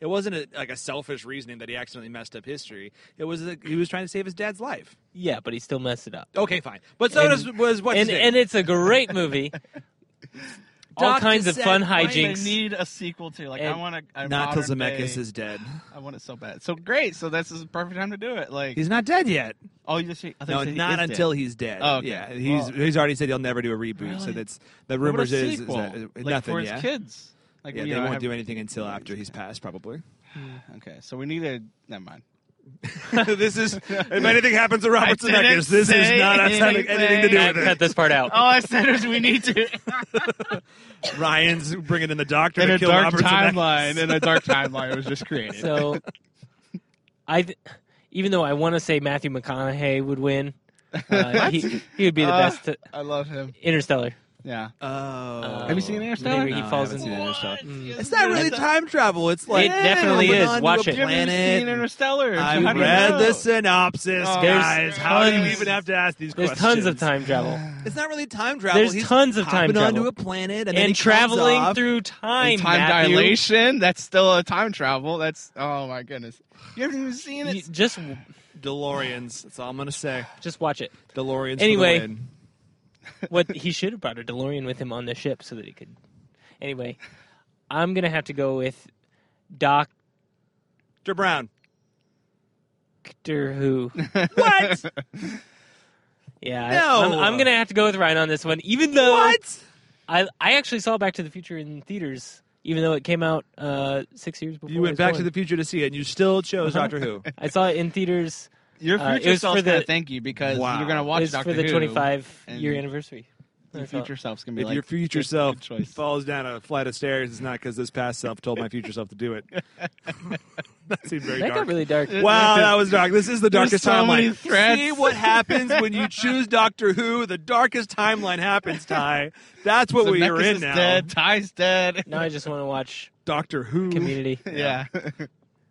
[SPEAKER 3] It wasn't a, like a selfish reasoning that he accidentally messed up history. It was a, he was trying to save his dad's life.
[SPEAKER 2] yeah, but he still messed it up.
[SPEAKER 3] Okay, fine. But so
[SPEAKER 2] And-
[SPEAKER 3] does was what's
[SPEAKER 2] and
[SPEAKER 3] his
[SPEAKER 2] and
[SPEAKER 3] name?
[SPEAKER 2] it's a great movie. All
[SPEAKER 3] Doc
[SPEAKER 2] kinds of
[SPEAKER 3] Cassette,
[SPEAKER 2] fun
[SPEAKER 3] why
[SPEAKER 4] I think
[SPEAKER 2] hijinks.
[SPEAKER 4] They need a sequel to like I
[SPEAKER 2] And
[SPEAKER 4] want a, a
[SPEAKER 3] not till
[SPEAKER 4] modern
[SPEAKER 3] Zemeckis
[SPEAKER 4] day-
[SPEAKER 3] is dead.
[SPEAKER 4] I want it so bad. So great. So this is the perfect time to do it. Like
[SPEAKER 3] He's not dead yet.
[SPEAKER 4] oh, you just I thought
[SPEAKER 3] No,
[SPEAKER 4] you said he
[SPEAKER 3] not
[SPEAKER 4] is dead.
[SPEAKER 3] until he's dead.
[SPEAKER 4] Oh, okay.
[SPEAKER 3] yeah. He's
[SPEAKER 4] Well-
[SPEAKER 3] he's already said he'll never do a reboot. So
[SPEAKER 4] Really?
[SPEAKER 3] that's the
[SPEAKER 4] What about a
[SPEAKER 3] rumors is, is
[SPEAKER 4] sequel?
[SPEAKER 3] that, uh,
[SPEAKER 4] like,
[SPEAKER 3] nothing.
[SPEAKER 4] for his
[SPEAKER 3] yeah,
[SPEAKER 4] kids. Like
[SPEAKER 3] yeah.
[SPEAKER 4] you
[SPEAKER 3] They
[SPEAKER 4] know,
[SPEAKER 3] won't
[SPEAKER 4] have-
[SPEAKER 3] do anything until after he's passed, probably.
[SPEAKER 4] Okay, so we need a. Never mind.
[SPEAKER 3] this is if anything happens to Robert
[SPEAKER 4] I didn't
[SPEAKER 3] Zemeckis, this is
[SPEAKER 4] say
[SPEAKER 3] not us having anything to
[SPEAKER 2] Matt,
[SPEAKER 3] do
[SPEAKER 2] cut
[SPEAKER 3] with
[SPEAKER 2] this part out.
[SPEAKER 4] All Oh, I said is we need to
[SPEAKER 3] it. Ryan's bringing in the doctor
[SPEAKER 4] in
[SPEAKER 3] to
[SPEAKER 4] a
[SPEAKER 3] kill
[SPEAKER 4] dark
[SPEAKER 3] Robert
[SPEAKER 4] timeline.
[SPEAKER 3] Zemeckis.
[SPEAKER 4] In a dark timeline, it was just created.
[SPEAKER 2] So, uh, I, th- even though I want to say Matthew McConaughey would win, uh, he, he would be the
[SPEAKER 4] Uh,
[SPEAKER 2] best. To-
[SPEAKER 4] I love him.
[SPEAKER 2] Interstellar.
[SPEAKER 4] Yeah.
[SPEAKER 3] Oh,
[SPEAKER 2] Uh,
[SPEAKER 4] Have you seen Interstellar?
[SPEAKER 2] Maybe he
[SPEAKER 3] No, I
[SPEAKER 2] falls
[SPEAKER 3] haven't
[SPEAKER 2] in.
[SPEAKER 3] seen Interstellar.
[SPEAKER 2] Mm.
[SPEAKER 3] It's not really time travel. It's like
[SPEAKER 2] It definitely
[SPEAKER 3] moving
[SPEAKER 2] is.
[SPEAKER 3] on to
[SPEAKER 2] Watch
[SPEAKER 3] a
[SPEAKER 2] it.
[SPEAKER 4] You haven't
[SPEAKER 3] planet.
[SPEAKER 4] seen Interstellar. so
[SPEAKER 3] I've
[SPEAKER 4] how do you
[SPEAKER 3] read
[SPEAKER 4] know?
[SPEAKER 3] the synopsis,
[SPEAKER 4] Oh,
[SPEAKER 2] There's
[SPEAKER 3] guys. How do you
[SPEAKER 2] tons-
[SPEAKER 3] even have to ask these
[SPEAKER 2] There's
[SPEAKER 3] questions?
[SPEAKER 2] tons of time travel
[SPEAKER 3] It's not really time travel.
[SPEAKER 2] There's
[SPEAKER 3] He's
[SPEAKER 2] tons of time
[SPEAKER 3] hopping onto
[SPEAKER 2] travel.
[SPEAKER 3] a planet and,
[SPEAKER 2] and,
[SPEAKER 3] then he comes
[SPEAKER 2] traveling
[SPEAKER 3] off.
[SPEAKER 2] through
[SPEAKER 4] And
[SPEAKER 2] time.
[SPEAKER 4] time
[SPEAKER 2] Matthew.
[SPEAKER 4] dilation. That's still a time travel. That's oh my goodness. You haven't even seen
[SPEAKER 2] You-
[SPEAKER 4] it.
[SPEAKER 2] just
[SPEAKER 3] DeLoreans. That's all I'm gonna say.
[SPEAKER 2] just watch it.
[SPEAKER 3] DeLoreans. for the
[SPEAKER 2] Anyway.
[SPEAKER 3] win.
[SPEAKER 2] What he should have brought a DeLorean with him on the ship so that he could. Anyway, I'm gonna have to go with Doctor
[SPEAKER 3] Dr. Brown.
[SPEAKER 2] Who.
[SPEAKER 3] What?
[SPEAKER 2] Yeah,
[SPEAKER 3] No.
[SPEAKER 2] I, am gonna have to go with Ryan on this one, even though
[SPEAKER 3] what?
[SPEAKER 2] I I actually saw Back to the Future in theaters, even though it came out uh, six years before.
[SPEAKER 3] You
[SPEAKER 2] I was
[SPEAKER 3] went back
[SPEAKER 2] born.
[SPEAKER 3] to the future to see it, and you still chose
[SPEAKER 2] Uh-huh.
[SPEAKER 3] Doctor Who.
[SPEAKER 2] I saw it in theaters.
[SPEAKER 4] Your
[SPEAKER 2] Uh, it
[SPEAKER 4] future
[SPEAKER 2] was
[SPEAKER 4] self's
[SPEAKER 2] for the-
[SPEAKER 4] gonna thank you because
[SPEAKER 3] Wow.
[SPEAKER 4] you're gonna
[SPEAKER 2] It
[SPEAKER 4] watch
[SPEAKER 2] was
[SPEAKER 4] Doctor
[SPEAKER 2] for the
[SPEAKER 4] Who.
[SPEAKER 2] 25 year
[SPEAKER 4] and-
[SPEAKER 2] anniversary.
[SPEAKER 4] Your
[SPEAKER 2] I thought-
[SPEAKER 4] future self's gonna be
[SPEAKER 3] If
[SPEAKER 4] like
[SPEAKER 3] your future
[SPEAKER 4] good-
[SPEAKER 3] self
[SPEAKER 4] good choice.
[SPEAKER 3] falls down a flight of stairs, it's not because this past self told my future self to do it. that seemed very
[SPEAKER 2] That got
[SPEAKER 3] dark.
[SPEAKER 2] really dark.
[SPEAKER 3] Wow, that was dark. This is the
[SPEAKER 4] There's
[SPEAKER 3] darkest
[SPEAKER 4] so
[SPEAKER 3] timeline.
[SPEAKER 4] many threats.
[SPEAKER 3] See what happens when you choose Doctor Who? The darkest timeline happens, Ty. That's what we are
[SPEAKER 4] Zemeckis
[SPEAKER 3] in
[SPEAKER 4] is
[SPEAKER 3] now.
[SPEAKER 4] Dead. Ty's dead.
[SPEAKER 2] Now I just want to watch
[SPEAKER 3] Doctor Who.
[SPEAKER 2] Community
[SPEAKER 4] Yeah.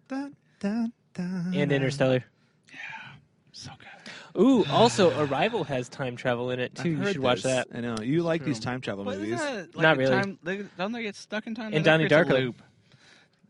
[SPEAKER 3] Dun, dun, dun.
[SPEAKER 2] and Interstellar.
[SPEAKER 4] so good.
[SPEAKER 2] Ooh, also Arrival has time travel in it too.
[SPEAKER 3] I've
[SPEAKER 2] You
[SPEAKER 3] heard
[SPEAKER 2] should watch
[SPEAKER 3] this.
[SPEAKER 2] that.
[SPEAKER 3] I know you like
[SPEAKER 4] True.
[SPEAKER 3] these time travel movies.
[SPEAKER 4] that,
[SPEAKER 2] Not really.
[SPEAKER 4] Time, they, don't they get stuck in time?
[SPEAKER 2] And
[SPEAKER 4] That
[SPEAKER 2] Donnie
[SPEAKER 4] creates a
[SPEAKER 2] Darko.
[SPEAKER 4] loop.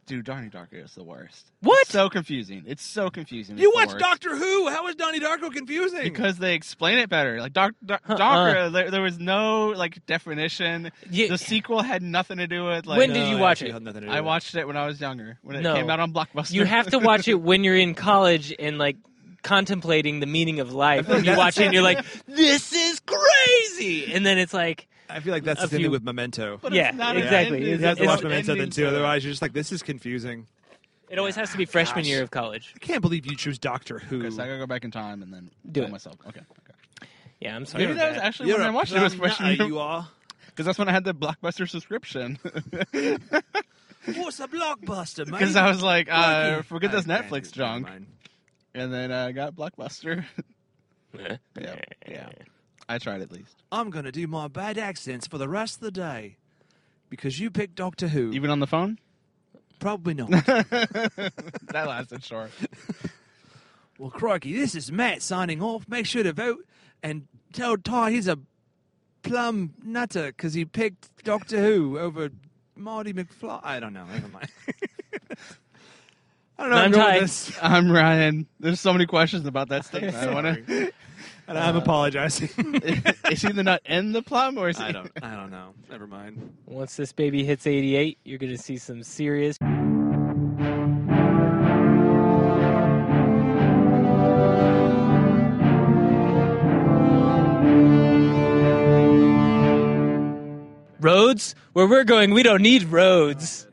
[SPEAKER 4] Dude, Donnie Darko is the worst.
[SPEAKER 2] What?
[SPEAKER 4] It's so confusing. It's so confusing.
[SPEAKER 3] You
[SPEAKER 4] It's the
[SPEAKER 3] watch
[SPEAKER 4] worst.
[SPEAKER 3] Doctor Who? How is Donnie Darko confusing?
[SPEAKER 4] because they explain it better. Like Doc, Doc,
[SPEAKER 2] Huh,
[SPEAKER 4] Doctor, there, there was no like definition.
[SPEAKER 2] Yeah,
[SPEAKER 4] The sequel had nothing to do with like.
[SPEAKER 2] When did you
[SPEAKER 3] I
[SPEAKER 2] watch
[SPEAKER 3] actually
[SPEAKER 2] it?
[SPEAKER 3] had nothing to do
[SPEAKER 4] I
[SPEAKER 3] with it.
[SPEAKER 4] watched it when I was younger when it
[SPEAKER 2] No.
[SPEAKER 4] came out on Blockbuster.
[SPEAKER 2] you have to watch it when you're in college and like contemplating the meaning of life. And you watch it and you're like, "This is crazy," and then it's like,
[SPEAKER 3] I feel like that's
[SPEAKER 2] a
[SPEAKER 3] the thing
[SPEAKER 2] few-
[SPEAKER 3] with Memento.
[SPEAKER 4] But
[SPEAKER 2] Yeah,
[SPEAKER 4] it's not
[SPEAKER 2] exactly.
[SPEAKER 4] ending.
[SPEAKER 2] You
[SPEAKER 3] You have to
[SPEAKER 2] It's-
[SPEAKER 3] watch
[SPEAKER 4] It's
[SPEAKER 3] Memento then
[SPEAKER 4] ending
[SPEAKER 3] too,
[SPEAKER 4] to it.
[SPEAKER 3] otherwise you're just like, this is confusing.
[SPEAKER 2] It always has to be freshman year of college.
[SPEAKER 3] I can't believe you choose Doctor Who.
[SPEAKER 4] Okay, so I gotta go back in time and then
[SPEAKER 2] Do
[SPEAKER 4] tell
[SPEAKER 2] it.
[SPEAKER 4] myself. Okay. okay.
[SPEAKER 2] Yeah, I'm sorry.
[SPEAKER 4] Maybe
[SPEAKER 2] about
[SPEAKER 4] that was
[SPEAKER 2] that.
[SPEAKER 4] actually when I watched it. was freshman year
[SPEAKER 3] You are.
[SPEAKER 4] because that's when I had the Blockbuster subscription.
[SPEAKER 3] What's a blockbuster, mate?
[SPEAKER 4] Because I was like, uh,
[SPEAKER 3] Lucky.
[SPEAKER 4] forget this
[SPEAKER 3] Oh, man,
[SPEAKER 4] Netflix
[SPEAKER 3] it's
[SPEAKER 4] junk,
[SPEAKER 3] mine.
[SPEAKER 4] and then uh, got Blockbuster. yeah, yeah. I tried at least,
[SPEAKER 3] I'm gonna do my bad accents for the rest of the day. Because you picked Doctor Who.
[SPEAKER 4] even on the phone.
[SPEAKER 3] Probably not.
[SPEAKER 4] that lasted short.
[SPEAKER 3] well, crikey, this is Matt signing off. Make sure to vote and tell Ty he's a plum nutter because he picked Doctor Who over Marty McFly. I don't know. Never mind. I don't know.
[SPEAKER 2] I'm
[SPEAKER 3] I'm, going
[SPEAKER 2] Ty.
[SPEAKER 3] with this.
[SPEAKER 4] I'm Ryan. There's so many questions about that statement. I want to.
[SPEAKER 3] And
[SPEAKER 2] Uh,
[SPEAKER 3] I'm apologizing.
[SPEAKER 4] Is he the nut and the plum, or is he?
[SPEAKER 3] I don't. I don't know. Never mind.
[SPEAKER 2] Once this baby hits 88, you're going to see some serious. Roads? Where we're going, we don't need roads.